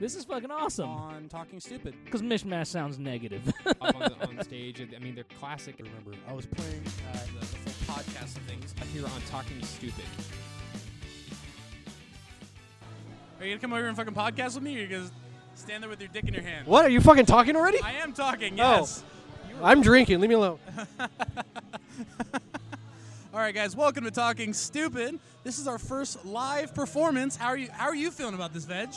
This is fucking awesome. on Talking Stupid. Because mishmash sounds negative. up on, the, on stage. and- I mean, they're classic. I remember I was playing uh, The, the full podcast of things here on Talking Stupid. Are you gonna come over and fucking podcast with me, or are you gonna stand there with your dick in your hand? What? Are you fucking talking already? I am talking. Oh. Yes. I'm drinking. Leave me alone. All right, guys. Welcome to Talking Stupid. This is our first live performance. How are you? How are you feeling about this, Veg?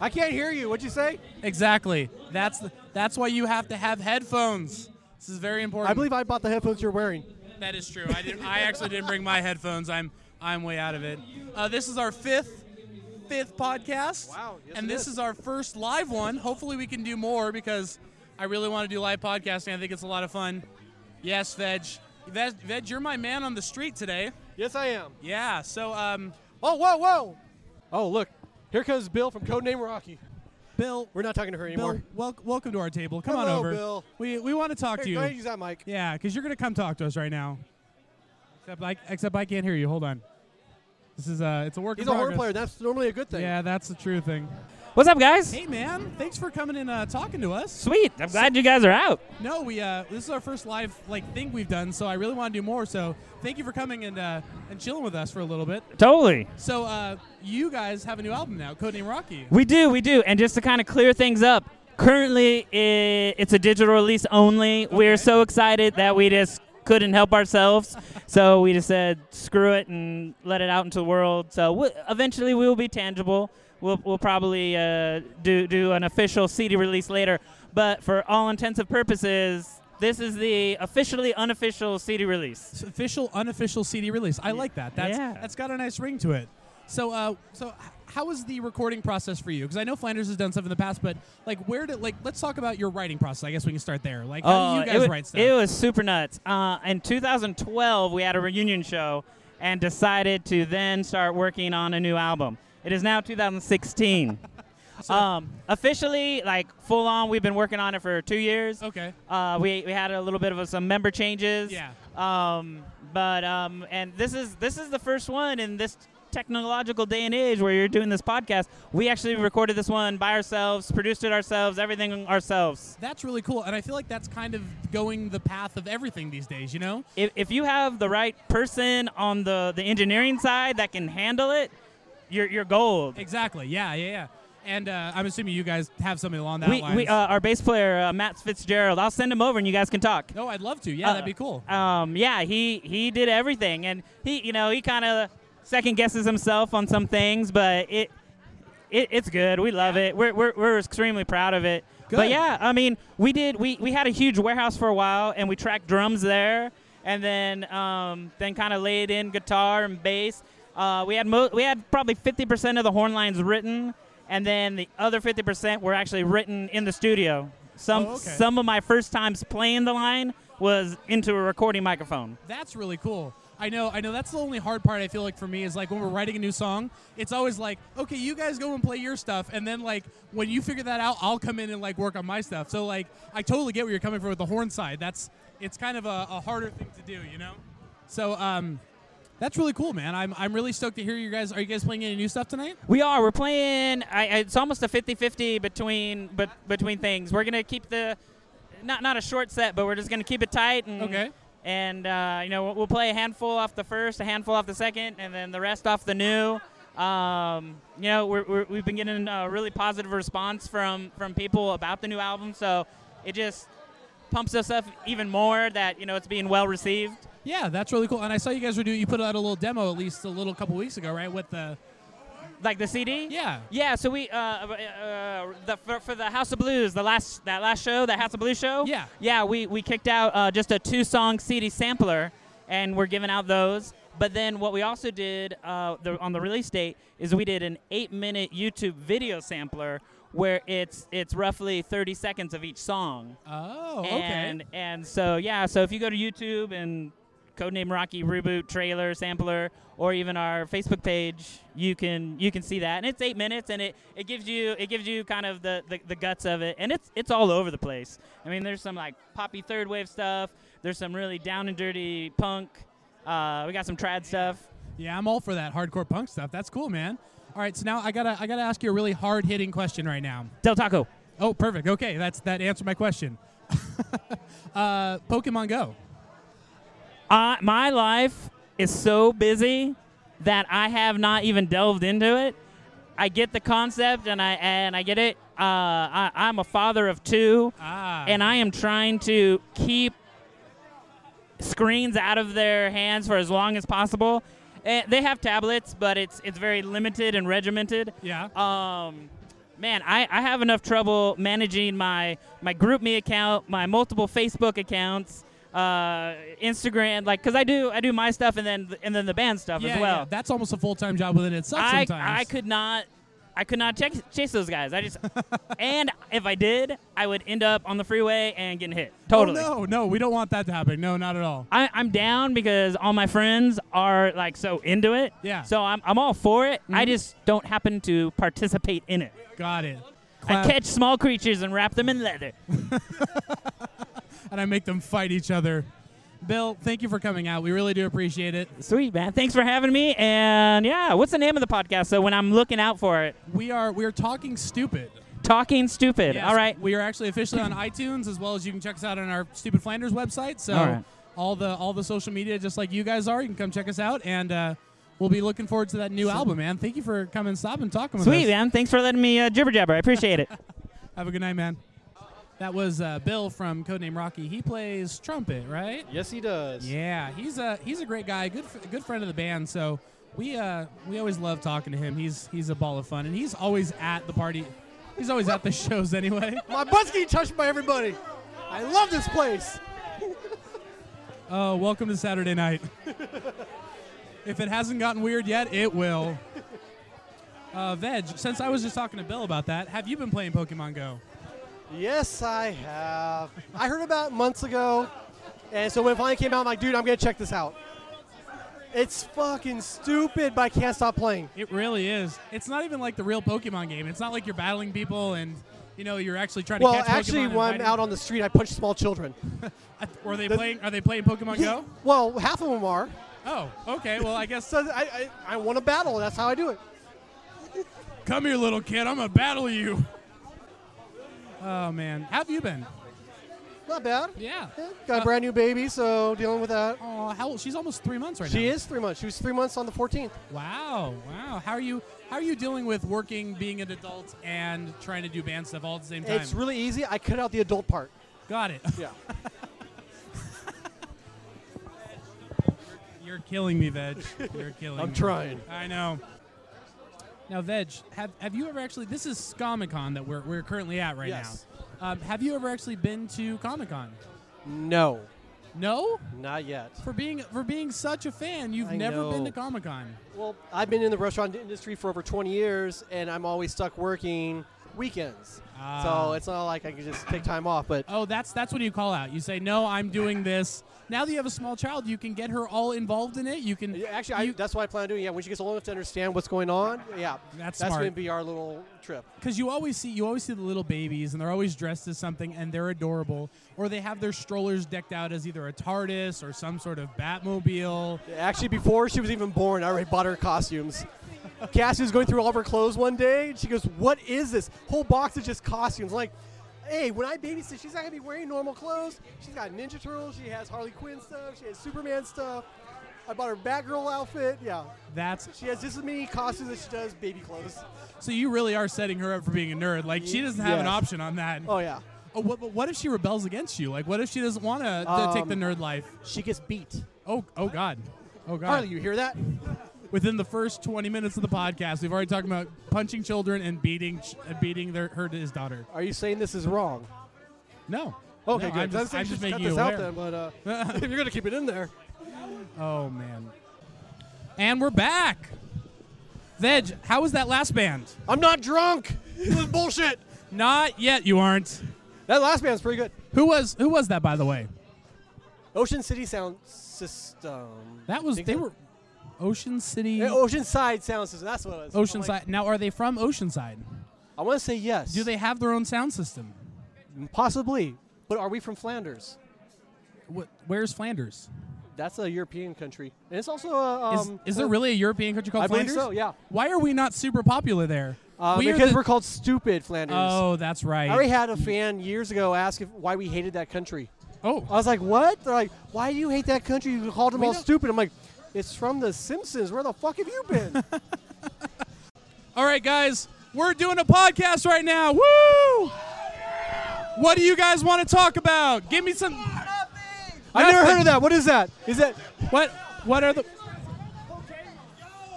I can't hear you. What'd you say? Exactly. That's the, that's why you have to have headphones. This is very important. I believe I bought the headphones you're wearing. that is true. I didn't. I actually didn't bring my headphones. I'm I'm way out of it. Uh, this is our fifth fifth podcast. Wow, yes and it this is. is our first live one. Hopefully, we can do more because I really want to do live podcasting. I think it's a lot of fun. Yes, Veg. Veg, Veg you're my man on the street today. Yes, I am. Yeah. So, um, Oh, whoa, whoa. Oh, look. Here comes Bill from Codename Rocky. Bill, We're not talking to her Bill, anymore. wel- welcome to our table. Come on Hello, over. Bill. We we want to talk to Hey, you. go ahead and use that mic. Yeah, because you're gonna come talk to us right now. Except I, except I can't hear you. Hold on. This is a, it's a work. He's in a horn progress. player. That's normally a good thing. Yeah, that's the true thing. What's up, guys? Hey, man, thanks for coming and uh, talking to us. Sweet. I'm glad you guys are out. No, we uh, this is our first live like thing we've done, so I really want to do more. So thank you for coming and uh, and chilling with us for a little bit. Totally. So uh, you guys have a new album now, Codename Rocky. We do, we do. And just to kind of clear things up, currently i it's a digital release only. We're so excited that we just couldn't help ourselves. so we just said, screw it and let it out into the world. So we, eventually we will be tangible. We'll, we'll probably uh, do, do an official CD release later. But for all intents and purposes, this is the officially unofficial CD release. It's official, unofficial CD release. I like that. That's Yeah. that's got a nice ring to it. So, uh, so h- how was the recording process for you? Because I know Flanders has done stuff in the past, but like, where did like let's talk about your writing process. I guess we can start there. Like, how do you Uh, Oh, it guys wa- write stuff? It was super nuts. Uh, in 2012, we had a reunion show and decided to then start working on a new album. It is now 2016. um, officially, like full on, we've been working on it for two years. okay. Uh, we, we had a little bit of a, some member changes. Yeah. Um, but um, and this is this is the first one in this technological day and age where you're doing this podcast. We actually recorded this one by ourselves, produced it ourselves, everything ourselves. That's really cool, and I feel like that's kind of going the path of everything these days. You know, if, if you have the right person on the, the engineering side that can handle it, you're, you're gold. exactly. Yeah, yeah, yeah. And uh, I'm assuming you guys have something along that We, line. we, uh, our bass player, uh, Matt Fitzgerald, I'll send him over and you guys can talk. no, I'd love to. Oh, Yeah, Uh, that'd be cool. Um, yeah, he, he did everything. And he, you know, he kind of second guesses himself on some things, but it, it it's good. We love it. We're, we're, we're extremely proud of it. Good. But yeah, I mean, we did, we, we had a huge warehouse for a while and we tracked drums there and then, um, then kind of laid in guitar and bass. Uh, we had mo- we had probably 50% of the horn lines written, and then the other 50% were actually written in the studio. Some Oh, okay. some of my first times playing the line was into a recording microphone. That's really cool. I know, I know. That's the only hard part I feel like for me is like when we're writing a new song, it's always like, okay, you guys go and play your stuff, and then like when you figure that out, I'll come in and like work on my stuff. So like, I totally get where you're coming from with the horn side. That's it's kind of a, a harder thing to do, you know. So um, that's really cool, man. I'm I'm really stoked to hear you guys. Are you guys playing any new stuff tonight? We are. We're playing. I, I- it's almost a 50-50 between but between things. We're gonna keep the not not a short set, but we're just gonna keep it tight. And, Okay. And uh, you know we'll- we'll play a handful off the first, a handful off the second, and then the rest off the new. Um, you know we're, we're, we've been getting a really positive response from from people about the new album, so it just pumps us up even more that you know it's being well received. Yeah, that's really cool. And I saw you guys were doing. You put out a little demo at least a little couple weeks ago, right? With the Like the CD. yeah. Yeah, so we uh, uh, uh, the, for, for the House of Blues, the last that last show, the House of Blues show. Yeah. yeah, we we kicked out uh, just a two-song CD sampler, and we're giving out those. But then what we also did uh, the, on the release date is we did an eight-minute YouTube video sampler where it's it's roughly 30 seconds of each song. Oh, okay. And and so yeah, so if you go to YouTube and Codename Rocky reboot trailer sampler or even our Facebook page, you can you can see that. And it's eight minutes and it, it gives you it gives you kind of the, the, the guts of it. And it's it's all over the place. I mean there's some like poppy third wave stuff, there's some really down and dirty punk, uh, we got some trad stuff. Yeah, I'm all for that hardcore punk stuff. That's cool, man. All right, so now I gotta I gotta ask you a really hard hitting question right now. Del Taco. Oh, perfect. Okay, that's that answered my question. uh, Pokemon Go. Uh, my life is so busy that I have not even delved into it. I get the concept and I and I get it. Uh, I, I'm a father of two, Ah. and I am trying to keep screens out of their hands for as long as possible. Eh, they have tablets, but it's it's very limited and regimented. yeah. Um, man, I, I have enough trouble managing my my GroupMe account, my multiple Facebook accounts, uh, Instagram, like because I do I do my stuff and then and then the band stuff yeah, as well. yeah, that's almost a full time job within itself. I sometimes. I could not. I could not chase, chase those guys. I just, and if I did, I would end up on the freeway and getting hit. Totally. Oh, no, no, we don't want that to happen. No, not at all. I, I'm down because all my friends are like so into it. Yeah. Mm-hmm. So I'm, I'm all for it. I just don't happen to participate in it. Got it. I catch small creatures and wrap them in leather. and I make them fight each other. Bill, thank you for coming out. We really do appreciate it. Sweet man, thanks for having me. And yeah, what's the name of the podcast? So when I'm looking out for it, We are we are talking stupid. talking stupid. Yes, All right, We are actually officially on iTunes as well as you can check us out on our Stupid Flanders website. So All right. all the all the social media, just like you guys are, you can come check us out and. Uh, We'll be looking forward to that new album, man. Thank you for coming, and stopping, and talking with us. sweet man, thanks for letting me uh, jibber jabber. I appreciate it. Have a good night, man. That was uh, Bill from Codename Rocky. He plays trumpet, right? Yes, he does. Yeah, he's a he's a great guy, good f- good friend of the band. So we uh we always love talking to him. He's he's a ball of fun, and he's always at the party. He's always at the shows anyway. My butt's getting touched by everybody. I love this place. Oh, welcome to Saturday night. if it hasn't gotten weird yet, it will. Uh, Veg, since I was just talking to Bill about that, have you been playing Pokemon Go? Yes, I have. I heard about it months ago, and so when it finally came out, I'm like, dude, I'm gonna check this out. It's fucking stupid, but I can't stop playing. It really is. It's not even like the real Pokemon game. It's not like you're battling people and you know you're actually trying Well, to catch Pokemon. actually, and when I'm fighting- out on the street, I punch small children. I th- were they the- playing? Are they playing Pokemon Go? Well, half of them are. Oh, okay. Well, I guess So I, I, I want to battle. That's how I do it. Come here, little kid. I'm gonna battle you. Oh man, how have you been? Not bad. Yeah. Yeah, got a brand new baby, so dealing with that. Oh, how old? She's almost three months right now. She is three months. She was three months on the 14th. Wow, wow. How are you? How are you dealing with working, being an adult, and trying to do band stuff all at the same time? It's really easy. I cut out the adult part. Got it. Yeah. You're killing me, Veg. You're killing. I'm me. trying. I know. Now, Veg, have have you ever actually? This is Comic Con that we're we're currently at right Yes. now. Um, have you ever actually been to Comic Con? No, No. not yet. For being for being such a fan, you've I never been know. to Comic Con. Well, I've been in the restaurant industry for over 20 years, and I'm always stuck working weekends. Ah. So it's not like I can just take time off. But Oh, that's that's when you call out. You say, "No, I'm doing this." Now that you have a small child, you can get her all involved in it. You can Yeah, actually, I, you- that's what I plan on doing. Yeah, when she gets old enough to understand what's going on, yeah, That's that's smart. going to be our little trip. because you always see you always see the little babies and they're always dressed as something and they're adorable or they have their strollers decked out as either a TARDIS or some sort of Batmobile. Actually, before she was even born, I already bought her costumes. Cassie was going through all of her clothes one day, and she goes, "What is this whole box of just costumes?" I'm like, hey, when I babysit, she's not gonna be wearing normal clothes. She's got Ninja Turtles, she has Harley Quinn stuff, she has Superman stuff. I bought her Batgirl outfit. Yeah, That's she has just as many costumes as she does baby clothes. so you really are setting her up for being a nerd. Like she doesn't have an Yes. option on that. Oh yeah, Oh, what, but what if she rebels against you? Like what if she doesn't want to take Um, the nerd life? she gets beat. Oh, oh God. Oh God. Harley, you hear that? within the first 20 minutes of the podcast, we've already talked about punching children and beating ch- uh, beating their, her to his daughter. Are you saying this is wrong? No. Okay, No, good. I'm just, I I'm was just saying making you you should cut aware. this out then, uh, but uh, if you're gonna keep it in there. Oh man. And we're back. Veg, how was that last band? I'm not drunk. This is bullshit. Not yet. You aren't. That last band's pretty good. Who was who was that by the way? Ocean City Sound System. That was Think they so? were Ocean City. Yeah, Oceanside Sound System. That's what it was. I'm Oceanside. like, now are they from Oceanside? I want to say yes. Do they have their own sound system? possibly? But are we from Flanders? Wh- Where's Flanders? That's a European country, and it's also a. Is, um, is there really a European country called I believe Flanders? so, yeah. Why are we not super popular there? Uh, We are because the- we're called stupid Flanders. Oh, that's right. I already had a fan years ago ask if, why we hated that country. I oh, was like, "What?" They're like, "Why do you hate that country? You called them We all don't- stupid." I'm like, "It's from The Simpsons. Where the fuck have you been?" all right, guys. We're doing a podcast right now. Woo! What do you guys want to talk about? Give me some. I've never Nothing. heard of that. What is that? Is that What? What are the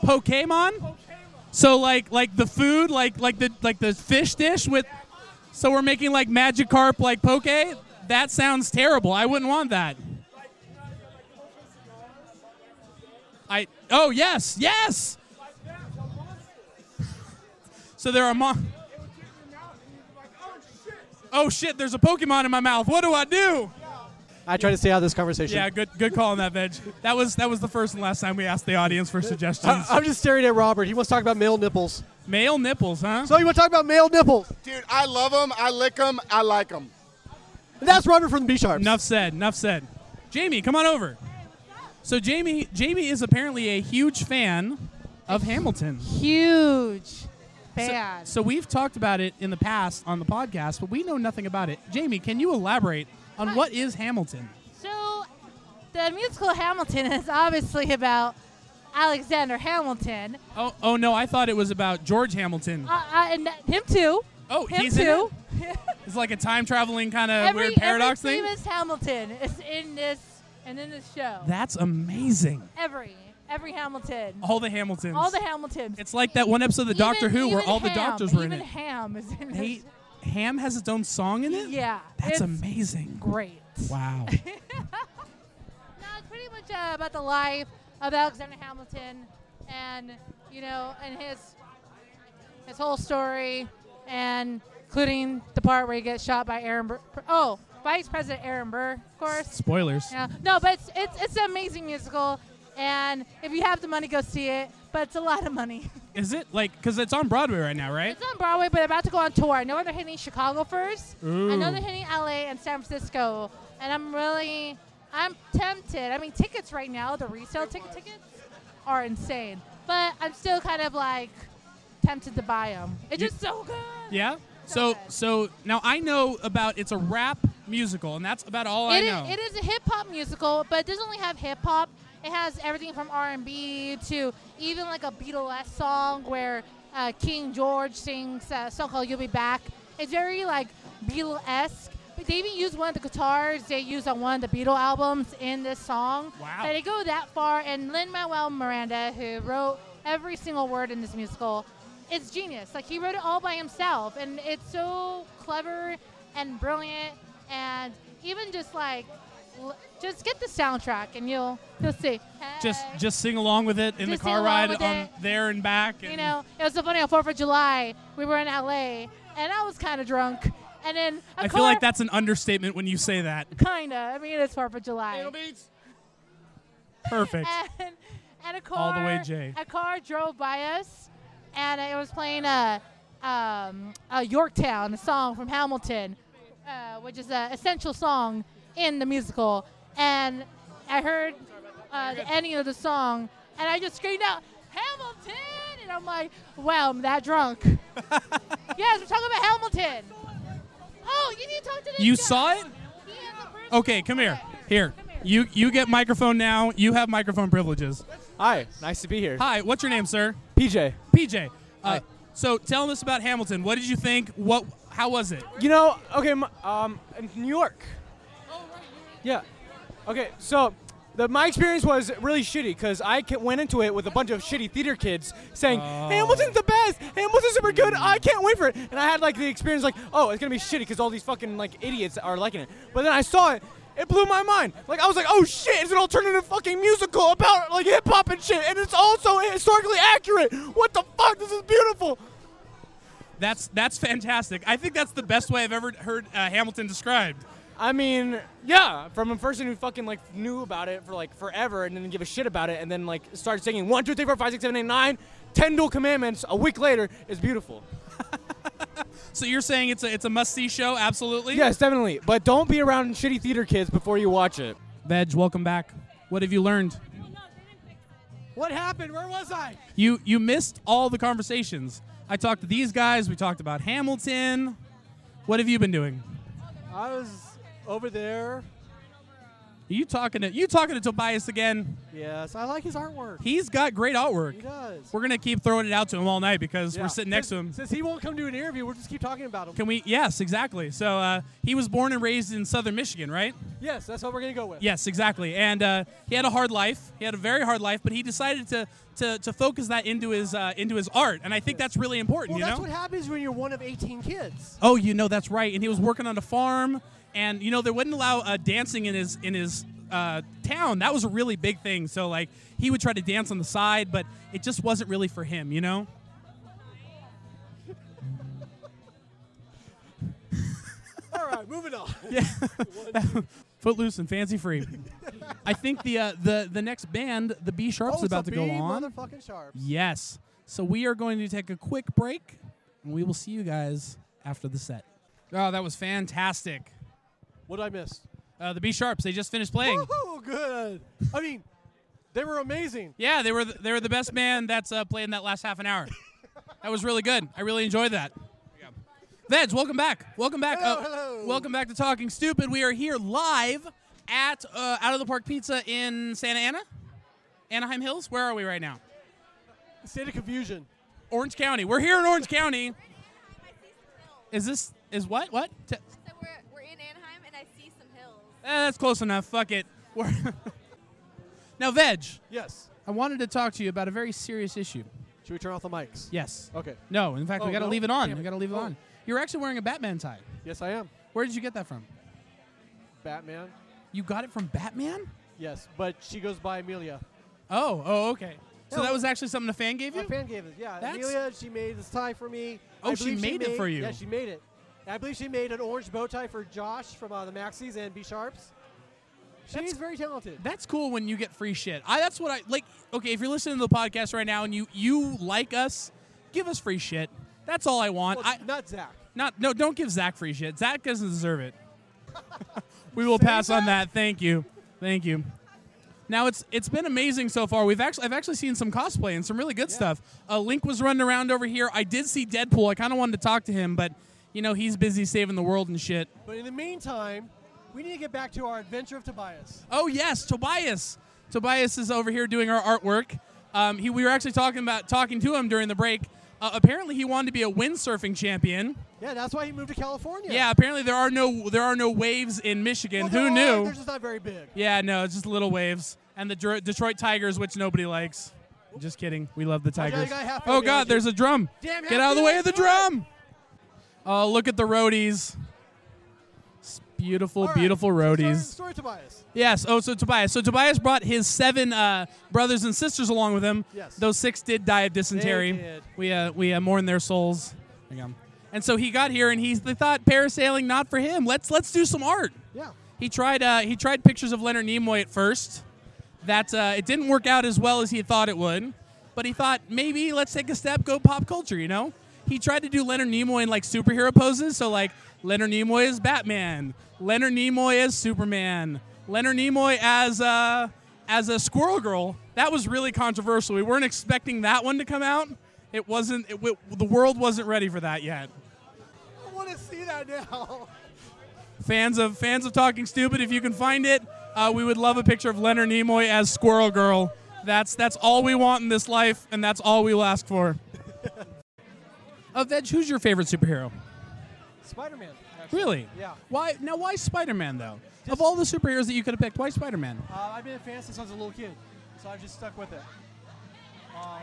Pokemon? So like like the food like like the like the fish dish with. So we're making like Magikarp like poke. That sounds terrible. I wouldn't want that. I oh yes yes. So there are mon. Oh shit! There's a Pokemon in my mouth. What do I do? I try to stay out of this conversation. Yeah, good good call on that, Veg. That was that was the first and last time we asked the audience for suggestions. I, am just staring at Robert. He wants to talk about male nipples. Male nipples, huh? So you want to talk about male nipples? Dude, I love them. I lick them. I like them. And that's Robert from the B Sharps. enough said. Enough said. Jamie, come on over. So Jamie Jamie is apparently a huge fan of Hamilton. Huge So- fan. So, we've talked about it in the past on the podcast, but we know nothing about it. Jamie, can you elaborate on what is Hamilton? So, the musical Hamilton is obviously about Alexander Hamilton, Oh, oh no, I thought it was about George Hamilton. uh, uh, and him too. oh, Him he's too. in it. It's like a time traveling kind of every weird paradox every thing. famous Hamilton is in this and in this show. That's amazing. every every Hamilton, All the Hamiltons. all the Hamiltons. It's like that one episode of Doctor Even- Who where even all the Ham, doctors were in even it. Ham is in Hey, this. Ham has its own song in it? Yeah, That's it's amazing. Great. Wow. No, it's pretty much uh, about the life of Alexander Hamilton, and you know, and his his whole story, and including the part where he gets shot by Aaron. Burr. Oh, Vice President Aaron Burr, of course. Spoilers. Yeah. No, but it's, it's it's an amazing musical, and if you have the money, go see it. But it's a lot of money. Is it? Like, because it's on Broadway right now, right? It's on Broadway, but about to go on tour. I know they're hitting Chicago first. I Ooh. know they're hitting LA and San Francisco. And I'm really, I'm tempted. I mean, tickets right now, the resale ticket tickets are insane. But I'm still kind of like tempted to buy them. It's You- just so good. Yeah? So, so now I know about it's a rap musical, and that's about all I It is- know. it is a hip hop musical, but it doesn't only have hip hop. It has everything from R and B to even like a Beatles song where uh, King George sings a song called "You'll Be Back." It's very like Beatle esque. But they even use one of the guitars they use on one of the Beatle albums in this song. Wow. But they go that far. And Lin Manuel Miranda, who wrote every single word in this musical, is genius. Like he wrote it all by himself, and it's so clever and brilliant. And even just like, l- just get the soundtrack, and you'll you'll see. Just, Hey. just sing along with it in Just the car sing along ride with on it. there and back. And You know, it was so funny on Fourth of July. We were in LA, and I was kind of drunk. And then a I car, feel like that's an understatement when you say that. Kinda. I mean, it's Fourth of July. Perfect. and, and a car All the way Jay. a car drove by us and it was playing a, um, a yorktown a song from hamilton uh, which is an essential song in the musical and i heard uh, the ending of the song and i just screamed out hamilton and i'm like wow i'm that drunk yes we're talking about hamilton oh you need to talk to this You guy. saw it? He has a personal- Okay, come here. Here. Come here. You you get microphone now. You have microphone privileges. Hi, nice to be here. Hi, what's your name, sir? PJ. PJ. Uh, so tell us about Hamilton. What did you think? What? How was it? You know, okay, m- um, in New York. Yeah. Okay, so the, my experience was really shitty because I ca- went into it with a bunch of shitty theater kids saying, Hamilton's the best, Hamilton's super good, I can't wait for it. And I had like the experience like, oh, it's gonna be shitty because all these fucking like idiots are liking it. But then I saw it. It blew my mind. Like I was like, "Oh shit! It's an alternative fucking musical about like hip hop and shit, and it's also historically accurate. What the fuck? This is beautiful." That's that's fantastic. I think that's the best way I've ever heard uh, Hamilton described. I mean, yeah, from a person who fucking like knew about it for like forever and didn't give a shit about it, and then like started singing one, two, three, four, five, six, seven, eight, nine, ten dual commandments a week later is beautiful. So you're saying it's a it's a must see show? Absolutely. Yes, definitely. But don't be around shitty theater kids before you watch it. Veg, welcome back. What have you learned? What happened? Where was I? You you missed all the conversations. I talked to these guys. We talked about Hamilton. What have you been doing? I was over there. Are you talking to you talking to Tobias again? Yes, I like his artwork. He's got great He artwork. does. We're gonna keep throwing it out to him all night because Yeah. we're sitting next to Since- him. Since he won't come to an interview, we'll just keep talking about him. Can we? Yes, exactly. So uh, he was born and raised in Southern Michigan, right? yes, that's what we're gonna go with. Yes, exactly. And uh, he had a hard life. He had a very hard life, but he decided to to, to focus that into his uh, into his art, and I think that's really important. Well, you that's know. what happens when you're one of 18 kids. oh, you know that's right. And he was working on a farm, and you know they wouldn't allow uh, dancing in his in his. Uh, town that was a really big thing so like he would try to dance on the side but it just wasn't really for him you know All right, moving on. footloose and fancy free i think the uh, the the next band the b sharp's Oh, it's about a to go bee on Motherfucking sharp. Yes. So we are going to take a quick break, and we will see you guys after the set. Oh, that was fantastic. What did I miss? Uh, the B Sharps, they just finished playing. Woohoo, good. I mean, they were amazing. Yeah, they were th- they were the best band that's uh, played in that last half an hour. that was really good. I really enjoyed that. Veds, welcome back. Welcome back. Hello, uh, hello. Welcome back to Talking Stupid. We are here live at uh, Out of the Park Pizza in Santa Ana, Anaheim Hills. Where are we right now? State of confusion. Orange County. We're here in Orange County. Is this is what what? T- So we're, we're in Anaheim, and I see some hills. Eh, that's close enough. Fuck it. We're now, Veg, Yes. I wanted to talk to you about a very serious issue. Should we turn off the mics? Yes. Okay. No, in fact, we Oh, got to no? leave it on. Damn We it. got to leave it Oh. on. You're actually wearing a Batman tie. Yes, I am. Where did you get that from? Batman. You got it from Batman? Yes, but she goes by Amelia. Oh, oh, okay. So No. that was actually something a fan gave My you? fan gave it. Yeah, That's- Amelia. She made this tie for me. Oh, I she believe made it for you. Yeah, she made it. And I believe she made an orange bow tie for Josh from uh, the Maxis and B Sharps. She's very talented. That's cool when you get free shit. I that's what I like. Okay, if you're listening to the podcast right now and you you like us, give us free shit. That's all I want. Well, I not Zach. Not no, don't give Zach free shit. Zach doesn't deserve it. we will pass on that. Thank you, thank you. Now it's it's been amazing so far. We've actually I've actually seen some cosplay and some really good stuff. Uh, Link was running around over here. I did see Deadpool. I kind of wanted to talk to him, but you know he's busy saving the world and shit. But in the meantime, we need to get back to our adventure of Tobias. Oh yes, Tobias. Tobias is over here doing our artwork. Um, he, we were actually talking about talking to him during the break. Uh, apparently, he wanted to be a windsurfing champion. Yeah, that's why he moved to California. Yeah, apparently there are no there are no waves in Michigan. Well, Who they're all right, knew? They're just not very big. yeah, no, it's just little waves and the Dro- Detroit Tigers, which nobody likes. Just kidding. We love the got- I Tigers. got half Oh of it. God, there's a drum. Damn, Get out of the way of the half of it. drum. Oh, look at the roadies. It's beautiful, All right, beautiful so roadies. Story, story Tobias. Yes. Oh, so Tobias. So Tobias brought his seven uh, brothers and sisters along with him. Yes. Those six did die of dysentery. They did. We uh, we uh, mourn their souls. There you go. And so he got here, and he's they thought parasailing not for him. Let's let's do some art. Yeah. He tried uh, he tried pictures of Leonard Nimoy at first. That uh, it didn't work out as well as he thought it would. But he thought maybe let's take a step, go pop culture. You know, he tried to do Leonard Nimoy in like superhero poses. So like Leonard Nimoy as Batman, Leonard Nimoy as Superman, Leonard Nimoy as uh, as a Squirrel Girl. That was really controversial. We weren't expecting that one to come out. It wasn't. It, w the world wasn't ready for that yet. I want to see that now. fans of fans of Talking Stupid, if you can find it, uh, we would love a picture of Leonard Nimoy as Squirrel Girl. That's that's all we want in this life, and that's all we will ask for. uh, Veg, who's your favorite superhero? Spider-Man. actually. Really? Yeah. Why now? Why Spider-Man though? of all the superheroes that you could have picked, why Spider-Man? Uh, I've been a fan since I was a little kid, so I've just stuck with it. Um,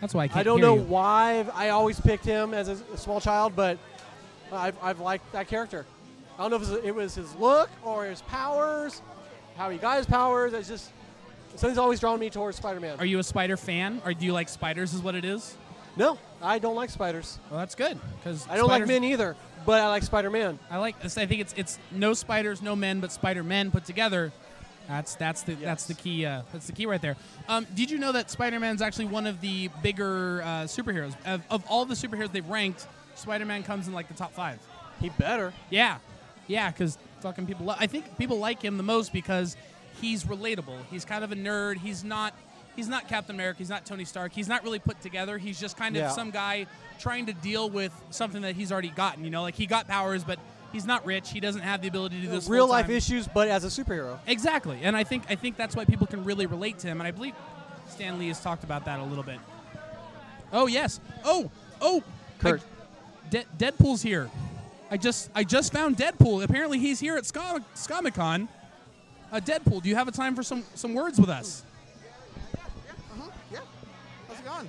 That's why I can't I don't hear know you. why I've- I always picked him as a, a small child, but I've, I've liked that character. I don't know if it was, it was his look or his powers, how he got his powers. It's just something's always drawn me towards Spider-Man. Are you a spider fan, or do you like spiders? Is what it is. no, I don't like spiders. Well, that's good because I don't like men either, but I like Spider-Man. I like this. I think it's it's no spiders, no men, but Spider Men put together. That's that's the that's Yes. the key. Uh, that's the key right there. Um, did you know that Spider Man's actually one of the bigger uh, superheroes of, of all the superheroes they've ranked? Spider Man comes in like the top five. He better. Yeah, yeah, because fucking people. Lo- I think people like him the most because he's relatable. He's kind of a nerd. He's not he's not Captain America. He's not Tony Stark. He's not really put together. He's just kind of Yeah. some guy trying to deal with something that he's already gotten. You know, like he got powers, but he's not rich. He doesn't have the ability to do this. Real life full-time. issues, but as a superhero. Exactly, and I think I think that's why people can really relate to him, and I believe Stan Lee has talked about that a little bit. Oh yes. Oh oh. Kurt. I- De- Deadpool's here. I just I just found Deadpool. Apparently he's here at Comic Con. Uh, Deadpool, do you have a time for some some words with us? uh-huh, How's it going?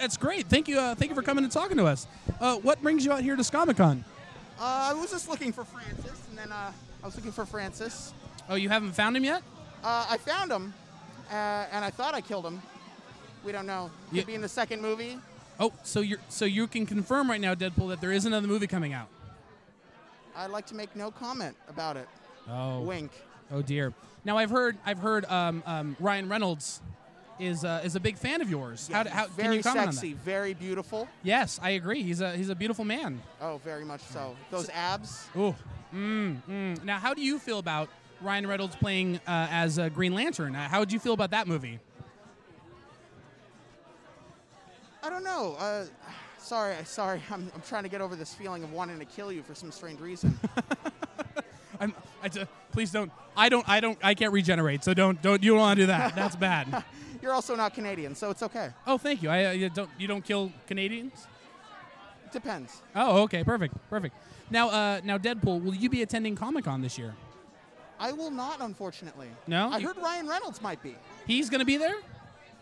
That's great. Thank you. Uh, thank you for coming and talking to us. Uh, what brings you out here to Comic Con? Uh, I was just looking for Francis, and then uh, I was looking for Francis. Oh, you haven't found him yet? Uh, I found him, uh, and I thought I killed him. We don't know. Could Yeah. be in the second movie. Oh, so you are so you can confirm right now, Deadpool, that there is another movie coming out. I'd like to make no comment about it. Oh. Wink. Oh dear. Now I've heard I've heard um, um, Ryan Reynolds is uh, is a big fan of yours. how, how very can you comment sexy, on that? very beautiful. Yes, I agree. He's a he's a beautiful man. Oh, very much so. Those abs. Ooh. Mm, mm. Now, how do you feel about Ryan Reynolds playing uh, as uh, Green Lantern? Uh, how would you feel about that movie? I don't know. Uh, sorry, sorry. I'm, I'm trying to get over this feeling of wanting to kill you for some strange reason. I'm, I d- please don't. I don't. I don't. I can't regenerate. So don't. Don't. You don't want to do that. That's bad. You're also not Canadian, so it's okay. oh, thank you. I uh, you don't. You don't kill Canadians. Depends. Oh, okay. Perfect. Perfect. Now, uh, now, Deadpool, will you be attending Comic Con this year? I will not, unfortunately. No? I You- heard Ryan Reynolds might be. He's gonna be there.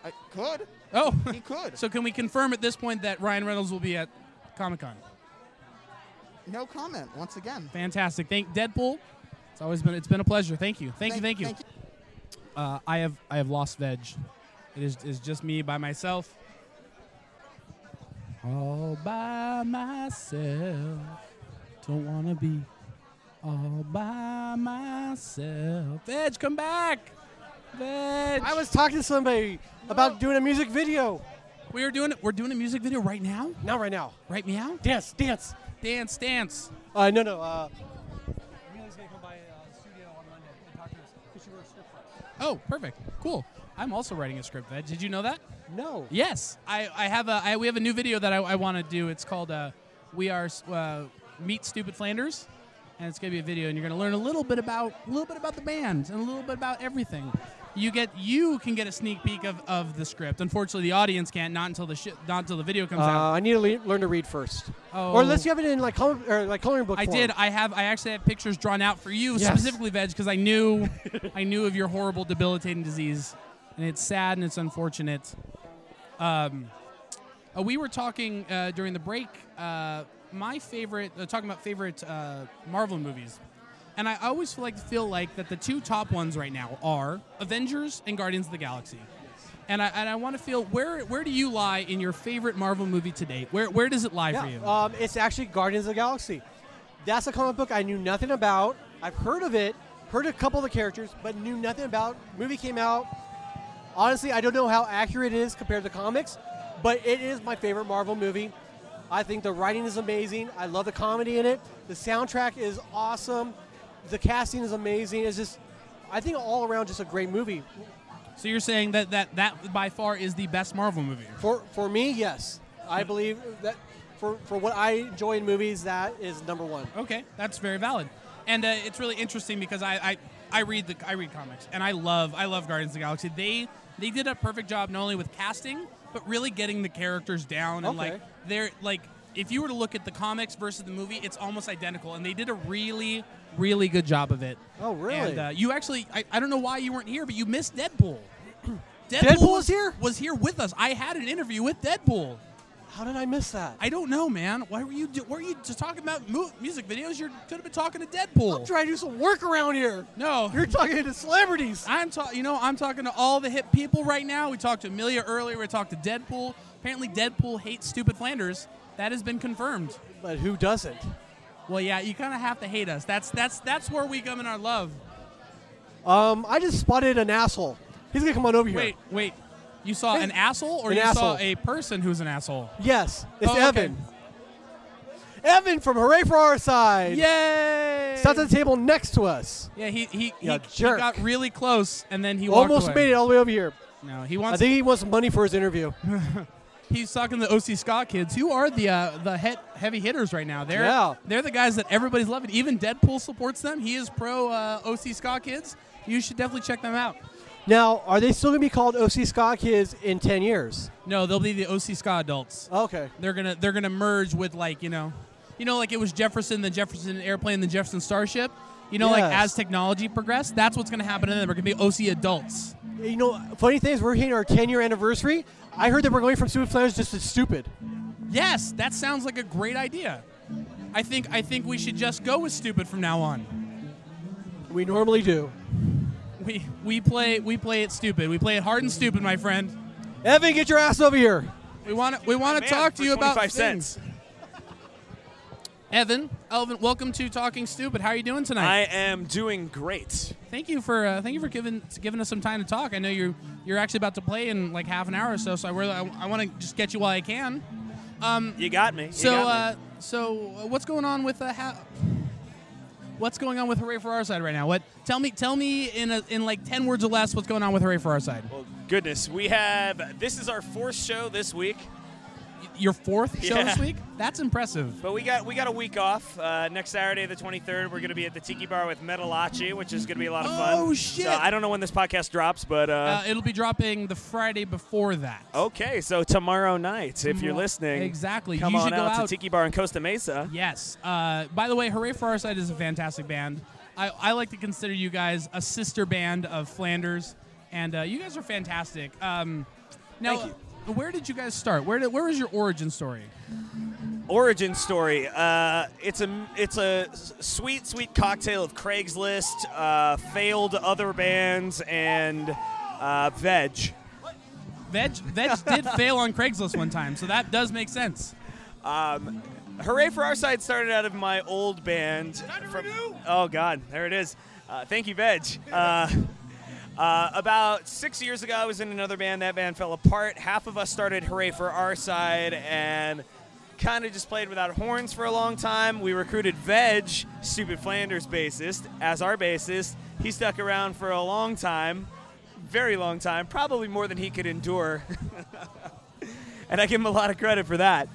I could. Oh, He could. so can we confirm at this point that Ryan Reynolds will be at Comic Con? no comment. Once again. Fantastic. Thank Deadpool. It's always been. It's been a pleasure. Thank you. Thank, you. Thank you. Thank you. Uh, I have I have lost veg. It is is just me by myself. All by myself. Don't wanna be all by myself. Veg, come back. Veg. I was talking to somebody about doing a music video. we are doing it. We're doing a music video right now. Not right now. Right meow. Dance, dance. Dance, dance. Uh, no, no. Uh, Amelia's gonna come by uh, the studio on Monday and talk to us because she wrote a script for us. Oh, perfect. Cool. I'm also writing a script, Veg. Did you know that? No. Yes, I, I have a I, we have a new video that I, I want to do. It's called uh, "We Are uh, Meet Stupid Flanders," and it's gonna be a video, and you're gonna learn a little bit about a little bit about the band and a little bit about everything. You get you can get a sneak peek of, of the script. Unfortunately, the audience can't. Not until the shi not until the video comes Uh, out. I need to le- learn to read first, Oh. or unless you have it in like color or like coloring book. I form. did. I have. I actually have pictures drawn out for you Yes. specifically, Veg, because I knew, I knew of your horrible, debilitating disease, and it's sad and it's unfortunate. Um, uh, we were talking uh, during the break. Uh, my favorite, uh, talking about favorite uh, Marvel movies, and I always feel like feel like that the two top ones right now are Avengers and Guardians of the Galaxy. And I, and I want to feel where where do you lie in your favorite Marvel movie to date? Where where does it lie for you? Yeah, um, it's actually Guardians of the Galaxy. That's a comic book I knew nothing about. I've heard of it, heard a couple of the characters, but knew nothing about. Movie came out. Honestly, I don't know how accurate it is compared to comics, but it is my favorite Marvel movie. I think the writing is amazing. I love the comedy in it. The soundtrack is awesome. The casting is amazing. It's just, I think all around, just a great movie. So you're saying that that that by far is the best Marvel movie. For for me, yes, I believe that for for what I enjoy in movies, that is number one. Okay, that's very valid, and uh, it's really interesting because I, I I read the I read comics and I love I love Guardians of the Galaxy. They they did a perfect job not only with casting but really getting the characters down and Okay. like they're like if you were to look at the comics versus the movie, it's almost identical, and they did a really really good job of it. Oh, really? And uh, you actually I, I don't know why you weren't here, but you missed Deadpool. Deadpool was here? Was here with us. I had an interview with Deadpool. How did I miss that? I don't know, man. Why were you? Do- were you just talking about mu- music videos? You could have been talking to Deadpool. I'm trying to do some work around here. no, You're talking to celebrities. I'm talking. You know, I'm talking to all the hip people right now. We talked to Amelia earlier. We talked to Deadpool. Apparently, Deadpool hates stupid Flanders. That has been confirmed. But who doesn't? Well, yeah, you kind of have to hate us. That's that's that's where we come in our love. Um, I just spotted an asshole. He's gonna come on over here. Wait, wait. You saw Hey. an asshole, or An you saw asshole. a person who's an asshole? Yes, it's Oh, okay. Evan. Evan from Hooray for Our Side. Yay! Sat at the table next to us. Yeah, he he, You he, jerk. he got really close, and then he walked Almost away. made it all the way over here. No, he I wants. think he wants money for his interview. he's talking to the OC Scott kids, who are the uh, the he- heavy hitters right now. They're Yeah. they're the guys that everybody's loving. Even Deadpool supports them. He is pro uh, OC Scott kids. You should definitely check them out. Now, are they still going to be called OC Scott Kids in 10 years? No, they'll be the OC Scott adults. Okay. They're gonna they're gonna merge with like you know, you know like it was Jefferson, the Jefferson airplane, the Jefferson starship. You know, like Yes. as technology progressed, that's what's gonna happen, and then we're gonna be OC adults. You know, funny thing is, we're hitting our 10 year anniversary. I heard that we're going from Stupid Flanders just to Stupid. Yes, that sounds like a great idea. I think I think we should just go with stupid from now on. We normally do. We we play we play it stupid. We play it hard and stupid, my friend. Evan, get your ass over here. We want to we want to talk to you about five cents. Evan, Elvin, welcome to Talking Stupid. How are you doing tonight? I am doing great. thank you for uh, thank you for giving giving us some time to talk. I know you're you're actually about to play in like half an hour or so, so I really I, I want to just get you while I can. Um, You got me. You So got uh, so uh, what's going on with uh, ha- uh, what's going on with Hooray for Our Side right now? What tell me tell me in a, in like ten words or less what's going on with Hooray for Our Side? me. Well, goodness, we have this is our fourth show this week, Your fourth show Yeah. this week? That's impressive. but we got we got a week off. Uh, next Saturday, the 23rd, we're gonna be at the Tiki Bar with Metalachi, which is gonna be a lot of fun. Oh, shit. So I don't know when this podcast drops, but. Uh, Uh, it'll be dropping the Friday before that. Okay, so tomorrow night, if you're Tomorrow- listening, Exactly. come You on should go out, to out. Tiki Bar in Costa Mesa. Yes. Uh, by the way, Hooray for Our Side is a fantastic band. I, I like to consider you guys a sister band of Flanders, and uh, you guys are fantastic. Um, now, where did you guys start? Where did, where was your origin story? origin story. Uh, it's a it's a s- sweet sweet cocktail of Craigslist, uh, failed other bands, and uh, veg. Veg Veg did fail on Craigslist one time, so that does make sense. Um, Hooray for our side started out of my old band. from- oh God, there it is. Uh, thank you, Veg. Uh, uh, about six years ago, I was in another band. That band fell apart. Half of us started Hooray for Our Side and kind of just played without horns for a long time. We recruited Veg, Stupid Flanders bassist, as our bassist. He stuck around for a long time, very long time, probably more than he could endure. and I give him a lot of credit for that.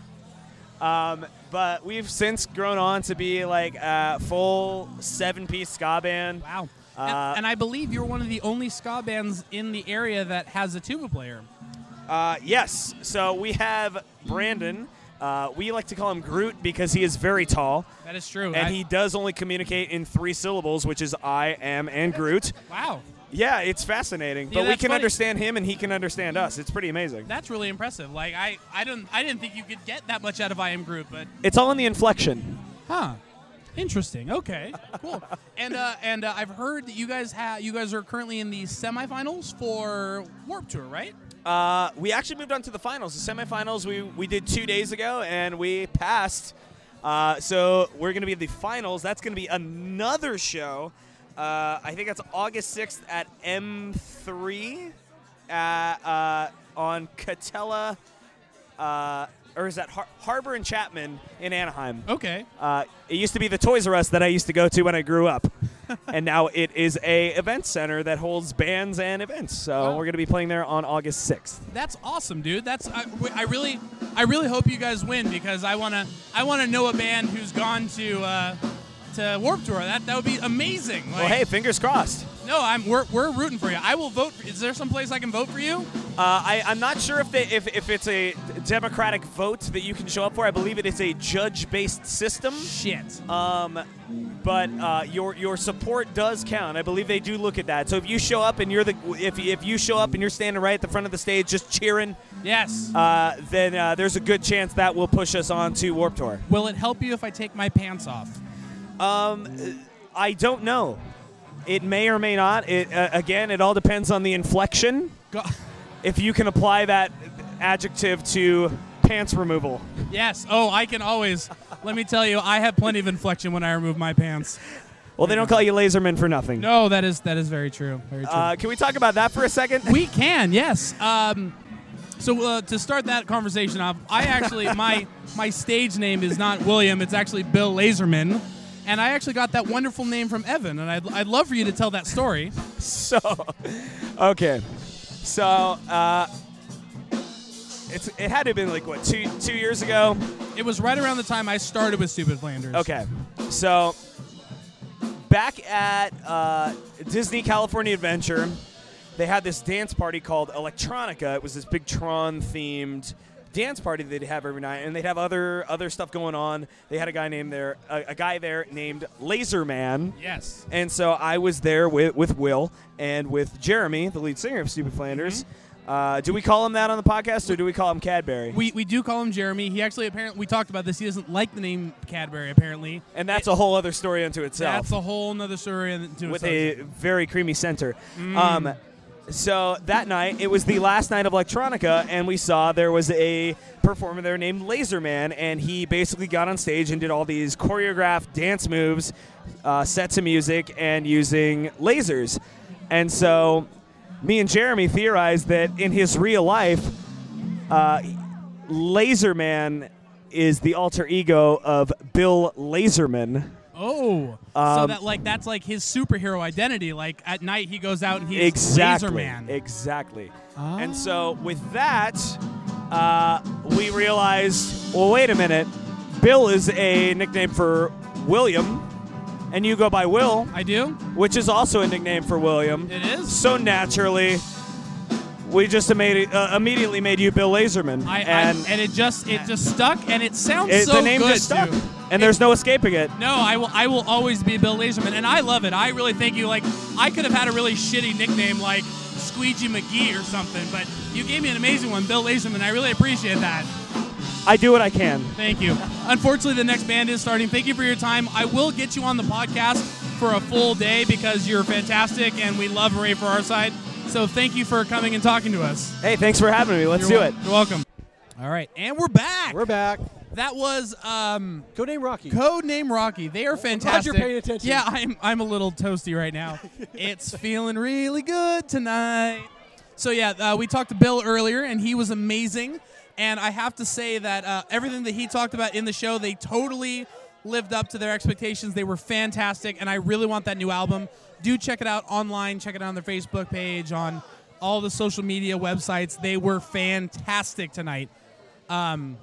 Um, but we've since grown on to be like a full seven piece ska band. Wow. Uh, and, and I believe you're one of the only ska bands in the area that has a tuba player. Uh, yes. So we have Brandon. Uh, we like to call him Groot because he is very tall, That is true. and I- he does only communicate in three syllables, which is I am and Groot. wow. Yeah, it's fascinating. Yeah, but we that's can funny. understand him, and he can understand us. It's pretty amazing. That's really impressive. Like I, I don't I didn't think you could get that much out of I am Groot, but It's all in the inflection. Huh. Interesting. Okay. Cool. and uh, and uh, I've heard that you guys have you guys are currently in the semifinals for Warp Tour, right? Uh, we actually moved on to the finals. The semifinals we, we did two days ago, and we passed. Uh, so we're going to be at the finals. That's going to be another show. Uh, I think that's August 6th at M3 at, uh, on Catella, uh, or is that Har- Harbor and Chapman in Anaheim? Okay. Uh, it used to be the Toys R Us that I used to go to when I grew up, and now it is a event center that holds bands and events. So Wow. we're going to be playing there on August sixth. That's awesome, dude. That's I, w- I really I really hope you guys win because I wanna I wanna know a band who's gone to uh, to Warp Tour. That that would be amazing. Like, Well, hey, fingers crossed. No, I'm we're, we're rooting for you. I will vote. For, is there some place I can vote for you? Uh, I, I'm not sure if, they, if if it's a democratic vote that you can show up for. I believe it is a judge-based system. Shit. Um, but uh, your your support does count. I believe they do look at that. So if you show up and you're the if, if you show up and you're standing right at the front of the stage just cheering, Yes. uh, then uh, there's a good chance that will push us on to Warp Tour. will it help you if I take my pants off? Um, I don't know. It may or may not. It uh, again, it all depends on the inflection. Go- If you can apply that adjective to pants removal. Yes. Oh, I can always. Let me tell you, I have plenty of inflection when I remove my pants. Well, they don't call you Laserman for nothing. No, that is that is very true. Very true. Uh, can we talk about that for a second? we can. Yes. Um, So uh, to start that conversation off, I actually my my stage name is not William. It's actually Bill Lazerman, and I actually got that wonderful name from Evan. And I'd, I'd love for you to tell that story. So, Uh, okay, so uh, it's it had to have been like what two two years ago. It was right around the time I started with Stupid Flanders. Okay, so back at uh, Disney California Adventure, they had this dance party called Electronica. It was this big Tron themed dance party they'd have every night, and they'd have other other stuff going on. They had a guy named there, a, a guy there named Laser Man. Yes. And so I was there with with Will and with Jeremy, the lead singer of Stupid Mm-hmm. Flanders. Uh, do we call him that on the podcast, or do we call him Cadbury? We, we do call him Jeremy. He actually apparently we talked about this. He doesn't like the name Cadbury apparently. and that's a whole other story unto itself. That's a whole nother story. in- to with itself. a very creamy center. Mm. Um, so that night, it was the last night of Electronica, and we saw there was a performer there named Laserman, and he basically got on stage and did all these choreographed dance moves, uh, set to music, and using lasers. And so, me and Jeremy theorized that in his real life, uh, Laserman is the alter ego of Bill Laserman. Oh, so Um, that like that's like his superhero identity. Like at night he goes out and he's exactly, Laser Man. Ah. Exactly. And so with that, uh, we realized, well, wait a minute. Bill is a nickname for William, and you go by Will. I do. Which is also a nickname for William. It is. So naturally, we just made, uh, immediately made you Bill Laserman. I, and I, and it just it just stuck and it sounds it- so the name good. just stuck. dude. And there's no escaping it. No, I will. I will always be Bill Lazorman, and I love it. I really think you like. I could have had a really shitty nickname like Squeegee McGee or something, but you gave me an amazing one, Bill Lazorman. I really appreciate that. I do what I can. Thank you. Unfortunately, the next band is starting. Thank you for your time. I will get you on the podcast for a full day because you're fantastic, and we love Ray for our side. So thank you for coming and talking to us. Hey, thanks for having me. You're Let's do wel- it. You're welcome. All right, and we're back. We're back. That was um, Codename Rocky. Codename Rocky. They are fantastic. paying attention. Yeah, I'm I'm a little toasty right now. it's feeling really good tonight. So yeah, uh, we talked to Bill earlier, and he was amazing. And I have to say that uh, everything that he talked about in the show, they totally lived up to their expectations. They were fantastic, and I really want that new album. Do check it out online. Check it out on their Facebook page, on all the social media websites. They were fantastic tonight. Um,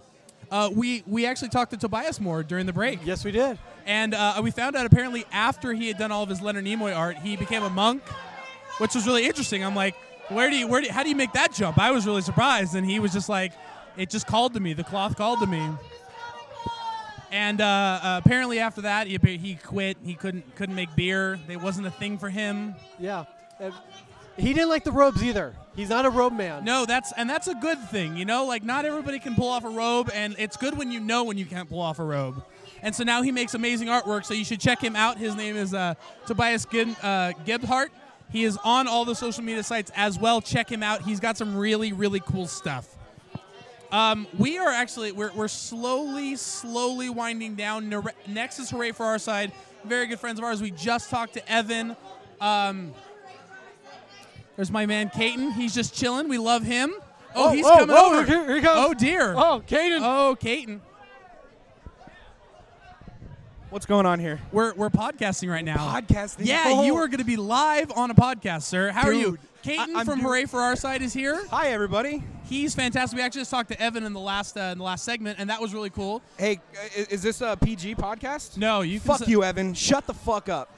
uh, we we actually talked to Tobias Moore during the break. Yes, we did. And uh, we found out apparently after he had done all of his Leonard Nimoy art, he became a monk, which was really interesting. I'm like, where do you where do, how do you make that jump? I was really surprised, and he was just like, it just called to me. The cloth called to me. And uh, uh, apparently after that, he, he quit. He couldn't couldn't make beer. It wasn't a thing for him. Yeah. And he didn't like the robes either. He's not a robe man. No, that's and that's a good thing, you know. Like not everybody can pull off a robe, and it's good when you know when you can't pull off a robe. And so now he makes amazing artwork. So you should check him out. His name is uh, Tobias Gib- uh, Gebhardt. He is on all the social media sites as well. Check him out. He's got some really really cool stuff. Um, we are actually we're, we're slowly slowly winding down. Nere- Next is hooray for our side. Very good friends of ours. We just talked to Evan. Um, there's my man Caton. He's just chilling. We love him. Oh, Oh, he's oh, coming oh, over. here- here he comes. Oh dear. Oh, Caton. Oh, Caton. What's going on here? We're we're podcasting right now. Podcasting. Yeah, Oh. you are going to be live on a podcast, sir. How are you? Dude, I- Caton I'm from doing- Hooray for Our Side is here. Hi, everybody. He's fantastic. We actually just talked to Evan in the last uh, in the last segment, and that was really cool. Hey, i- is, this a PG podcast? No, you can Fuck s- you, Evan. Shut the fuck up.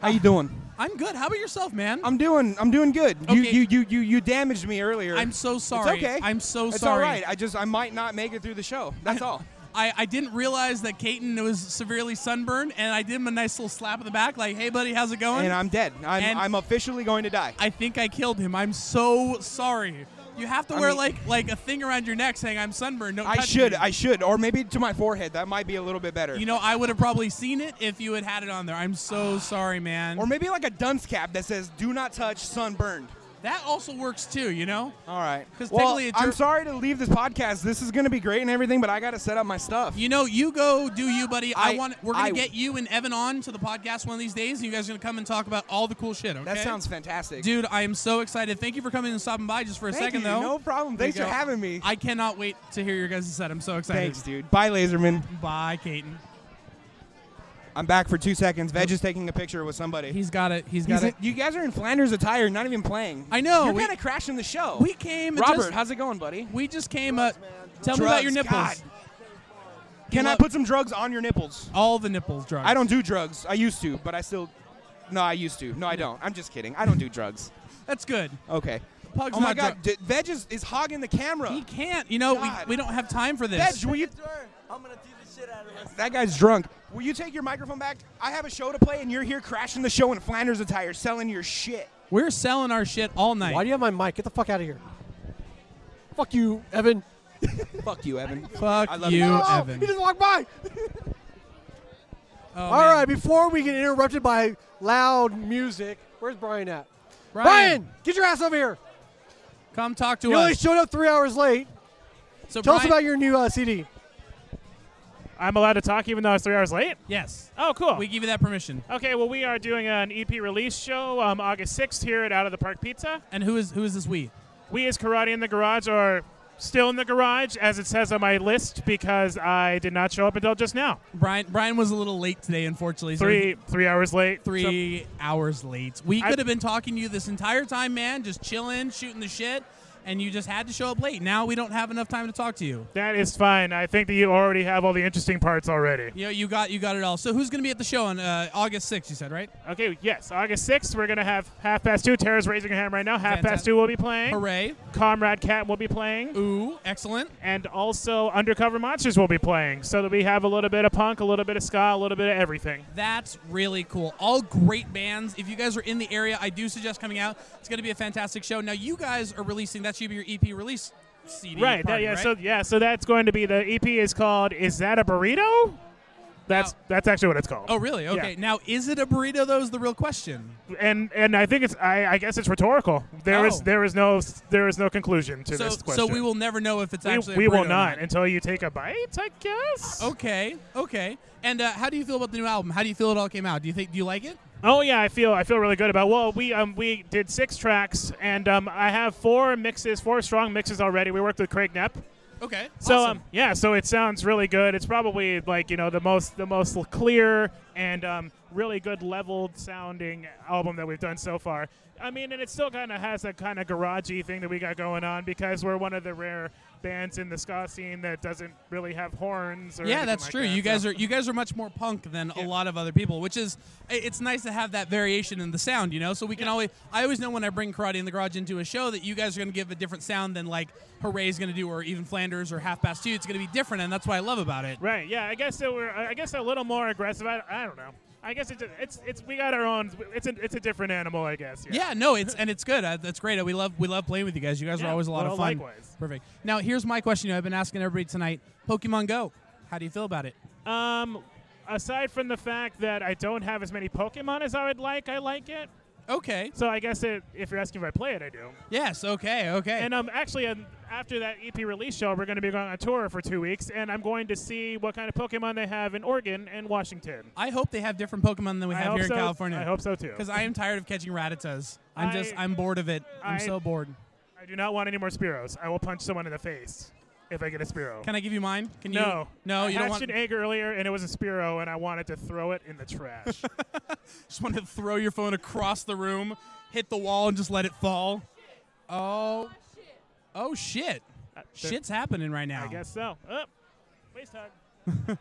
How you doing? I'm good. How about yourself, man? I'm doing. I'm doing good. You Okay. you you you you damaged me earlier. I'm so sorry. It's okay. I'm so it's sorry. all right. I just I might not make it through the show. That's all. I, I didn't realize that Caton was severely sunburned, and I did him a nice little slap in the back, like, "Hey, buddy, how's it going?" And I'm dead. I'm And- I'm officially going to die. I think I killed him. I'm so sorry. You have to I wear mean- like like a thing around your neck saying, "I'm sunburned." Don't I touch should. me." I should. Or maybe to my forehead. That might be a little bit better. You know, I would have probably seen it if you had had it on there. I'm so sorry, man. Or maybe like a dunce cap that says "Do not touch sunburned." That also works too, you know. All right. Because Well, technically, it's I'm your- sorry to leave this podcast. This is going to be great and everything, but I got to set up my stuff. You know, you go do you, buddy. I, want. We're gonna I- get you and Evan on to the podcast one of these days, and you guys are gonna come and talk about all the cool shit. Okay. That sounds fantastic. Dude, I am so excited. Thank you for coming and stopping by just for a Thank second, you. though. No problem. There you Thanks for go. having me. I cannot wait to hear your guys' set. I'm so excited. Thanks, dude. Bye, Laserman. Bye, Caton. I'm back for two seconds. Veg is taking a picture with somebody. He's got it. He's got it. You guys are in Flanders attire, not even playing. I know. You're we- kind of crashing the show. We came. and Robert, just- how's it going, buddy? We just came. Uh, tell me about your Drugs, nipples. Can I put some drugs on your nipples? All the nipples drugs. I don't do drugs. I used to, but I still. No, I used to. No, I don't. I'm just kidding. I don't do drugs. That's good. Okay. Pug's oh my not God, D- Veg is, is hogging the camera. He can't. You know, we, we don't have time for this. Veg, will you? That guy's drunk. Will you take your microphone back? I have a show to play, and you're here crashing the show in Flanders attire, selling your shit. We're selling our shit all night. Why do you have my mic? Get the fuck out of here. Fuck you, Evan. Fuck you, Evan. Fuck I love you, No, Evan. He just walked by. Oh, All right, before we get interrupted by loud music, where's Brian at? Brian. get your ass over here. Come talk to you us. only showed up three hours late. So Tell us Brian- about your new uh, CD. I'm allowed to talk even though it's three hours late? Yes. Oh, cool. We give you that permission. Okay, well, we are doing an EP release show um, August 6th here at Out of the Park Pizza. And who is who is this we? We as Karate in the Garage are still in the garage, as it says on my list, because I did not show up until just now. Brian Brian was a little late today, unfortunately. so Three he- three hours late. Three hours late. we I- could have been talking to you this entire time, man, just chilling, shooting the shit, and you just had to show up late. Now we don't have enough time to talk to you. That is fine. I think that you already have all the interesting parts already. You know, you got you got it all. So who's gonna be at the show on uh, August sixth? You said right? Okay, yes. August 6th, we're going to have Half Past Two. Tara's raising her hand right now. Half Past Two will be playing. Hooray. Comrade Cat will be playing. Ooh, excellent. And also Undercover Monsters will be playing. So that we have a little bit of punk, a little bit of ska, a little bit of everything. That's really cool. All great bands. If you guys are in the area, I do suggest coming out. It's going to be a fantastic show. Now you guys are releasing. That's your your EP release CD. right. that- E party, yeah. right? So yeah. So that's going to be the EP is called "Is That a Burrito?" That's that's actually what it's called. Oh, really? Yeah. Okay. Now, is it a burrito, though, is the real question. And and I think it's I, I guess it's rhetorical. There is Oh. there is no there is no conclusion to So, this so question. we will never know if it's We- actually a we will burrito or not until you take a bite. I guess. Okay. Okay. And uh, how do you feel about the new album? How do you feel it all came out? Do you think do you like it? Oh yeah, I feel I feel really good about. Well, we um we did six tracks, and um I have four mixes, four strong mixes already. We worked with Craig Knapp. Okay. So um yeah, so it sounds really good. It's probably like you know the most the most clear and um really good leveled sounding album that we've done so far. I mean, and it still kind of has that kind of garagey thing that we got going on because we're one of the rare bands in the ska scene that doesn't really have horns. Or yeah, anything that's like true. that, you guys so- are you guys are much more punk than a lot of other people, which is i- it's nice to have that variation in the sound, you know. So we can always I always know when I bring Karate in the Garage into a show that you guys are going to give a different sound than like Hooray's going to do, or even Flanders or Half Past Two. It's going to be different, and that's what I love about it. Right. Yeah. I guess that we're. I guess a little more aggressive. I, I don't know. I guess it, ju- it's it's we got our own. It's a, it's a different animal. I guess. Yeah. Yeah, no, it's and it's good. Uh, that's great. Uh, We love we love playing with you guys. You guys are Yeah, always a lot well, of fun. likewise. Perfect. Now here's my question. You know, I've been asking everybody tonight. Pokemon Go. How do you feel about it? Um, aside from the fact that I don't have as many Pokemon as I would like, I like it. Okay. So I guess it, if you're asking if I play it, I do. Yes. Okay. Okay. And um, actually, um, after that EP release show, we're going to be going on tour for two weeks, and I'm going to see what kind of Pokemon they have in Oregon and Washington. I hope they have different Pokemon than we I have hope here so. in California. I hope so, too. Because I am tired of catching Rattatas. I'm I- just I'm bored of it. I'm I- so bored. I do not want any more Spearows. I will punch someone in the face if I get a Spearow. Can I give you mine? Can you? no, No, I you don't hatched want. an egg earlier, and it was a Spearow, and I wanted to throw it in the trash. Just want to throw your phone across the room, hit the wall, and just let it fall. Oh. Oh shit. Shit's happening right now. Uh, I guess so. Oh, waste time.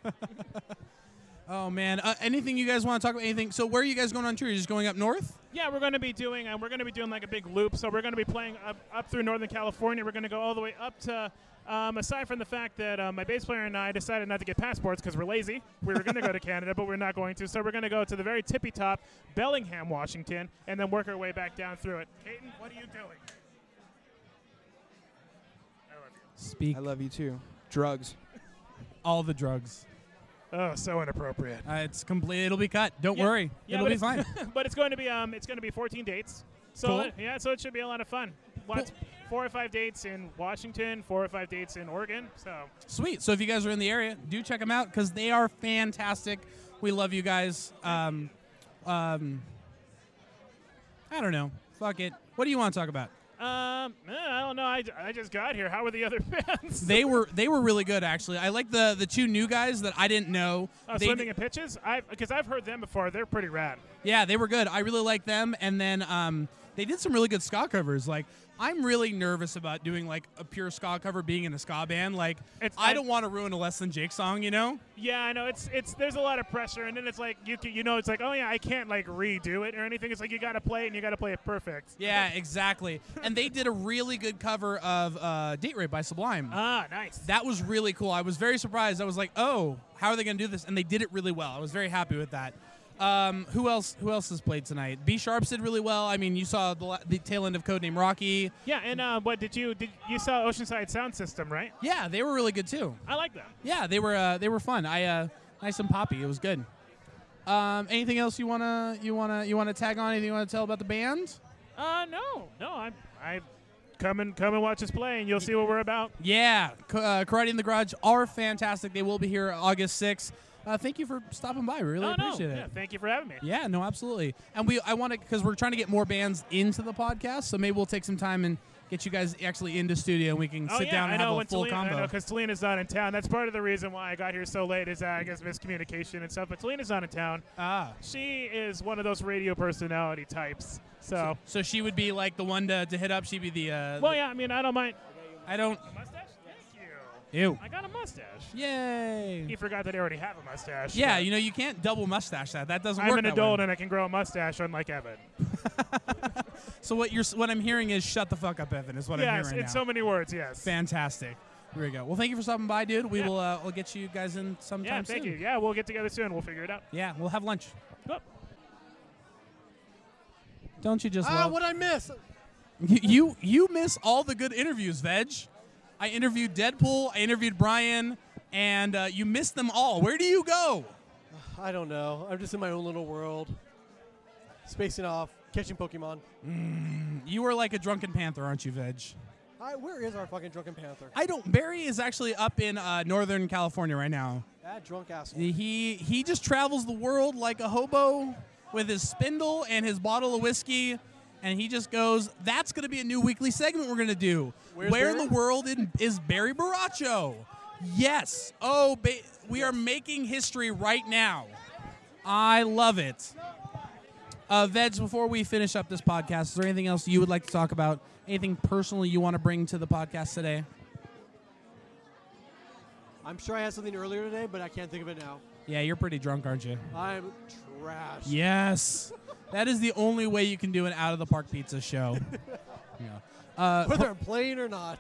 Oh man. Uh, anything you guys want to talk about? Anything? So where are you guys going on tour? You're just going up north? Yeah, we're going to be doing, and we're going to be doing like a big loop. So we're going to be playing up, up through Northern California. We're going to go all the way up to. Um, aside from the fact that um, my bass player and I decided not to get passports because we're lazy, we were going to go to Canada, but we're not going to. So we're going to go to the very tippy top, Bellingham, Washington, and then work our way back down through it. Caden, what are you doing? Speak. I love you too. Drugs. All the drugs. Oh, so inappropriate. Uh, it's complete. It'll be cut. Don't Yeah. worry. Yeah, it'll but be it's- fine. but it's going to be um, it's going to be 14 dates. So Cool. it- yeah, so it should be a lot of fun. Lots, four or five dates in Washington, four or five dates in Oregon. So Sweet. So if you guys are in the area, do check them out because they are fantastic. We love you guys. Um, um, I don't know. Fuck it. What do you want to talk about? um, eh, I don't know. I, I just got here. How were the other bands? They were they were really good actually. I like the the two new guys that I didn't know. uh, They- swimming in pitches. I because I've heard them before. They're pretty rad. Yeah, they were good. I really like them. And then um, they did some really good ska covers. Like, I'm really nervous about doing like a pure ska cover, being in a ska band. Like, I, I- don't want to ruin a Less Than Jake song, you know? Yeah, I know. It's it's there's a lot of pressure, and then it's like you can, you know it's like oh yeah I can't like redo it or anything. It's like you got to play it and you got to play it perfect. Yeah, exactly. and they did a really good cover of uh, Date Rape by Sublime. Ah, nice. That was really cool. I was very surprised. I was like, oh, how are they going to do this? And they did it really well. I was very happy with that. Um, who else? Who else has played tonight? B Sharps did really well. I mean, you saw the, la- the tail end of Codename Rocky. Yeah, and uh, what did you did you saw Oceanside Sound System right? Yeah, they were really good too. I like them. Yeah, they were uh, they were fun. I uh, nice and poppy. It was good. Um, anything else you wanna you wanna you wanna tag on? Anything you wanna tell about the band? Uh no no I I come and come and watch us play and you'll see what we're about. Yeah, Ca- uh, Karate in the Garage are fantastic. They will be here August 6th. Uh, thank you for stopping by. We really No, no, appreciate yeah, it. thank you for having me. Yeah, no, absolutely. And we I want to because we're trying to get more bands into the podcast, so maybe we'll take some time and get you guys actually into studio and we can oh sit yeah, down I and know have when a full Talina, combo. I know because Talina's not in town. That's part of the reason why I got here so late is uh, I guess miscommunication and stuff. But Talina's not in town. Ah, she is one of those radio personality types. So So she would be like the one to, to hit up. She'd be the uh, well yeah, I mean I don't mind. I don't. Mustache? Thank you. Ew. I got a mustache. Yay. He forgot that I already have a mustache. Yeah, but you know you can't double mustache that. That doesn't I'm work. an that adult way. and I can grow a mustache, unlike Evan. So what you're s- what I'm hearing is shut the fuck up, Evan. Is what I'm yes, hearing right in now. so many words. Yes. Fantastic. Here we go. Well, thank you for stopping by, dude. We Yeah. will uh, we'll get you guys in sometime Yeah, thank soon. you. Yeah, we'll get together soon. We'll figure it out. Oh. Yeah, we'll have lunch. Cool. Don't you just ah, love what I miss? you, you you miss all the good interviews, Veg. I interviewed Deadpool. I interviewed Brian, and uh, you missed them all. Where do you go? I don't know. I'm just in my own little world, spacing off, catching Pokemon. Mm, you are like a drunken panther, aren't you, Veg? Hi, where is our fucking drunken panther? I don't. Barry is actually up in uh, Northern California right now. That drunk asshole. He he just travels the world like a hobo with his spindle and his bottle of whiskey, and he just goes. That's going to be a new weekly segment we're going to do. Where's Where in the Barry? world in, is Barry Baracho? Yes. Oh, ba- we are making history right now. I love it. Uh, Veg, before we finish up this podcast, is there anything else you would like to talk about? Anything personally you want to bring to the podcast today? I'm sure I had something earlier today, but I can't think of it now. Yeah, you're pretty drunk, aren't you? I'm trash. Yes. That is the only way you can do an out of the park pizza show. yeah. Uh, Whether I'm playing or not.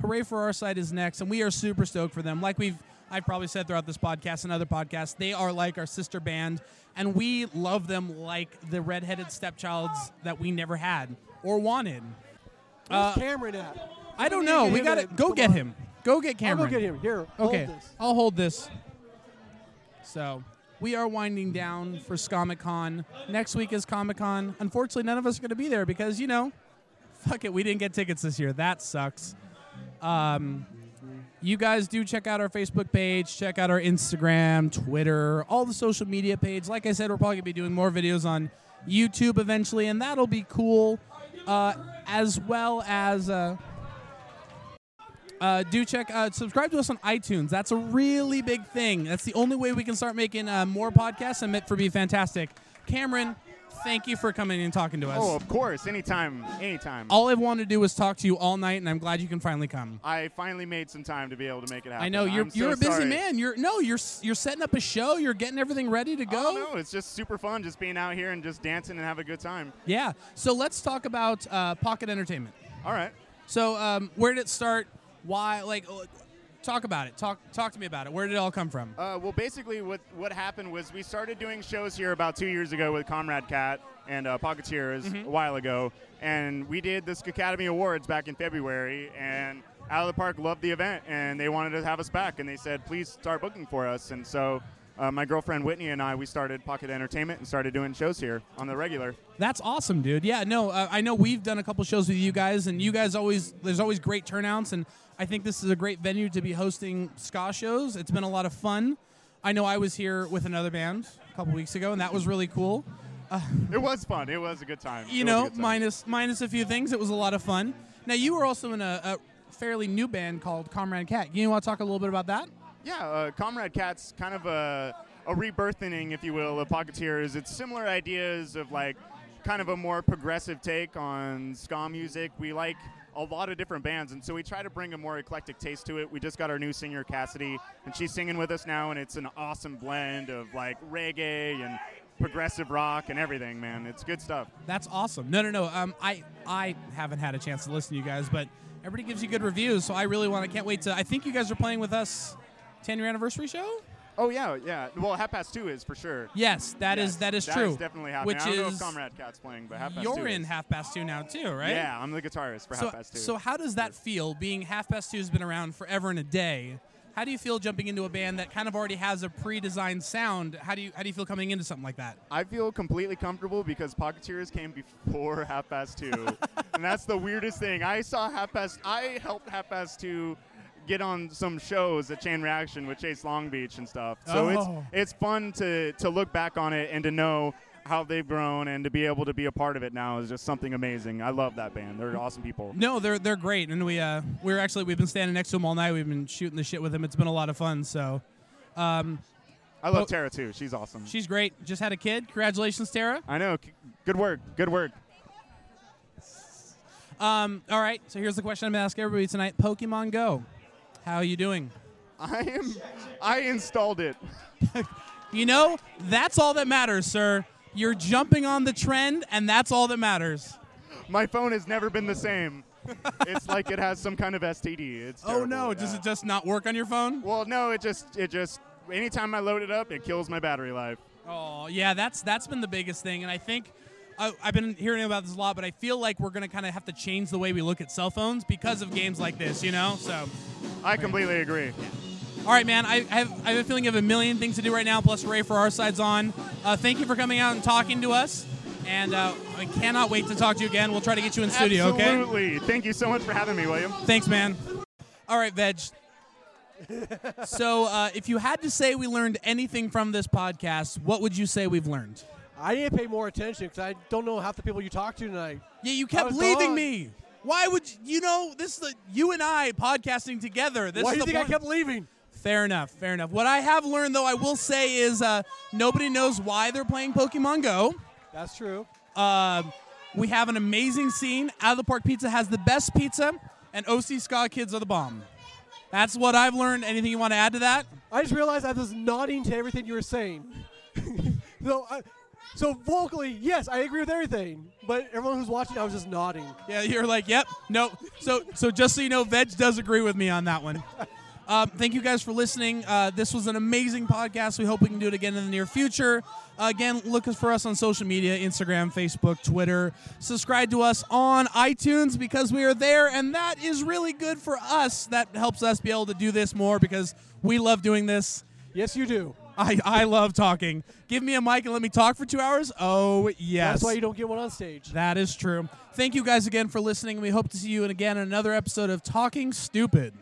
Hooray for our side is next, and we are super stoked for them. Like we've I've probably said throughout this podcast and other podcasts, they are like our sister band, and we love them like the redheaded stepchilds that we never had or wanted. Where's Uh, Cameron at? I don't need know. to We get gotta him in. go Come get on. him. Go get I'll Cameron. go get him. Here, hold Okay, this. I'll hold this. So we are winding down for Comic Con. Next week is Comic Con. Unfortunately, none of us are going to be there because you know, fuck it, we didn't get tickets this year. That sucks. Um, you guys do check out our Facebook page, check out our Instagram, Twitter, all the social media page. Like I said, we're probably gonna be doing more videos on YouTube eventually, and that'll be cool. Uh, as well as. Uh, uh, do check uh, subscribe to us on itunes that's a really big thing that's the only way we can start making uh, more podcasts and meant for be fantastic cameron thank you for coming and talking to us Oh, of course. Anytime. Anytime. all i've wanted to do was talk to you all night and i'm glad you can finally come I finally made some time to be able to make it happen. i know you're I'm so you're a busy sorry. man you're no you're s- you're setting up a show you're getting everything ready to go Oh, No, it's just super fun just being out here and just dancing and have a good time. yeah so let's talk about uh, pocket entertainment all right so um, where did it start why like uh, talk about it talk talk to me about it where did it all come from Uh, well, basically, what what happened was we started doing shows here about two years ago with Comrade Cat and uh, Pocketeers Mhm. a while ago, and we did this Academy Awards back in February, and Out of the Park loved the event, and they wanted to have us back, and they said, please start booking for us, and so. uh, my girlfriend Whitney and I, we started Pocket Entertainment and started doing shows here on the regular. That's awesome, dude. Yeah, no, uh, I know we've done a couple shows with you guys, and you guys always there's always great turnouts, and I think this is a great venue to be hosting ska shows. It's been a lot of fun. I know I was here with another band a couple weeks ago, and that was really cool. Uh, it was fun. It was a good time. You It was a know, good time. minus minus a few things, it was a lot of fun. Now you were also in a, a fairly new band called Comrade Cat. You want to talk a little bit about that? Yeah, uh, Comrade Cat's kind of a, a rebirthening, if you will, of Pocketeers. It's similar ideas of like kind of a more progressive take on ska music. We like a lot of different bands, and so we try to bring a more eclectic taste to it. We just got our new singer, Cassidy, and she's singing with us now, and it's an awesome blend of like reggae and progressive rock and everything, man. It's good stuff. That's awesome. No, no, no. Um, I I haven't had a chance to listen to you guys, but everybody gives you good reviews, so I really want to. Can't wait to. I think you guys are playing with us, ten year anniversary show. Oh yeah, yeah. Well, Half Past Two is for sure. Yes, that is that is true. definitely happening. Which I don't know is if Comrade Cat's playing, but Half Past you're Two in is. half past two now too, right? Yeah, I'm the guitarist for so, Half Past Two. So how does that feel? Being half past two has been around forever and a day. How do you feel jumping into a band that kind of already has a pre-designed sound? How do you how do you feel coming into something like that? I feel completely comfortable because Pocketeers came before Half Past Two, and that's the weirdest thing. I saw Half Past. I helped Half Past Two get on some shows at Chain Reaction with Chase Long Beach and stuff. So Oh. it's it's fun to to look back on it and to know how they've grown and to be able to be a part of it now is just something amazing. I love that band. They're awesome people. No, they're they're great, and we uh we're actually we've been standing next to him all night. We've been shooting the shit with him. It's been a lot of fun. So, um, I love but- Tara too. She's awesome. She's great. Just had a kid. Congratulations, Tara. I know. C- Good work. Good work. Um, all right. So here's the question I'm gonna ask everybody tonight: Pokemon Go. How are you doing? I am. I installed it. you know, that's all that matters, sir. You're jumping on the trend, and that's all that matters. My phone has never been the same. it's like it has some kind of STD. It's Oh, no. Does it just not work on your phone? Well, no. It just it just anytime I load it up, it kills my battery life. Oh yeah, that's that's been the biggest thing, and I think I, I've been hearing about this a lot, but I feel like we're gonna kind of have to change the way we look at cell phones because of games like this, you know. So I completely agree. All right, man. I, I, have, I have a feeling you have a million things to do right now. Plus, Ray for our side's on. Uh, thank you for coming out and talking to us, and uh, I cannot wait to talk to you again. We'll try to get you in studio. Okay. Absolutely. Thank you so much for having me, William. Thanks, man. All right, Veg. so, uh, if you had to say we learned anything from this podcast, what would you say we've learned? I need to pay more attention because I don't know half the people you talked to tonight. Yeah, you I kept was leaving gone. me. Why would you, you know this? Is the you and I podcasting together. This Why is do the you think I one- kept leaving? Fair enough. Fair enough. What I have learned, though, I will say is uh, nobody knows why they're playing Pokemon Go. That's true. Um, we have an amazing scene. Out of the Park Pizza has the best pizza, and OC Ska Kids are the bomb. That's what I've learned. Anything you want to add to that? I just realized I was nodding to everything you were saying. so, I, so vocally, yes, I agree with everything. But everyone who's watching, I was just nodding. Yeah, you're like, yep, no. So, so just so you know, Veg does agree with me on that one. Um, thank you guys for listening. Uh, this was an amazing podcast. We hope we can do it again in the near future. Uh, again, look us- for us on social media Instagram, Facebook, Twitter. Subscribe to us on iTunes because we are there, and that is really good for us. That helps us be able to do this more because we love doing this. Yes, you do. I, I love talking. Give me a mic and let me talk for two hours. Oh, yes. That's why you don't get one on stage. That is true. Thank you guys again for listening. We hope to see you again in another episode of Talking Stupid.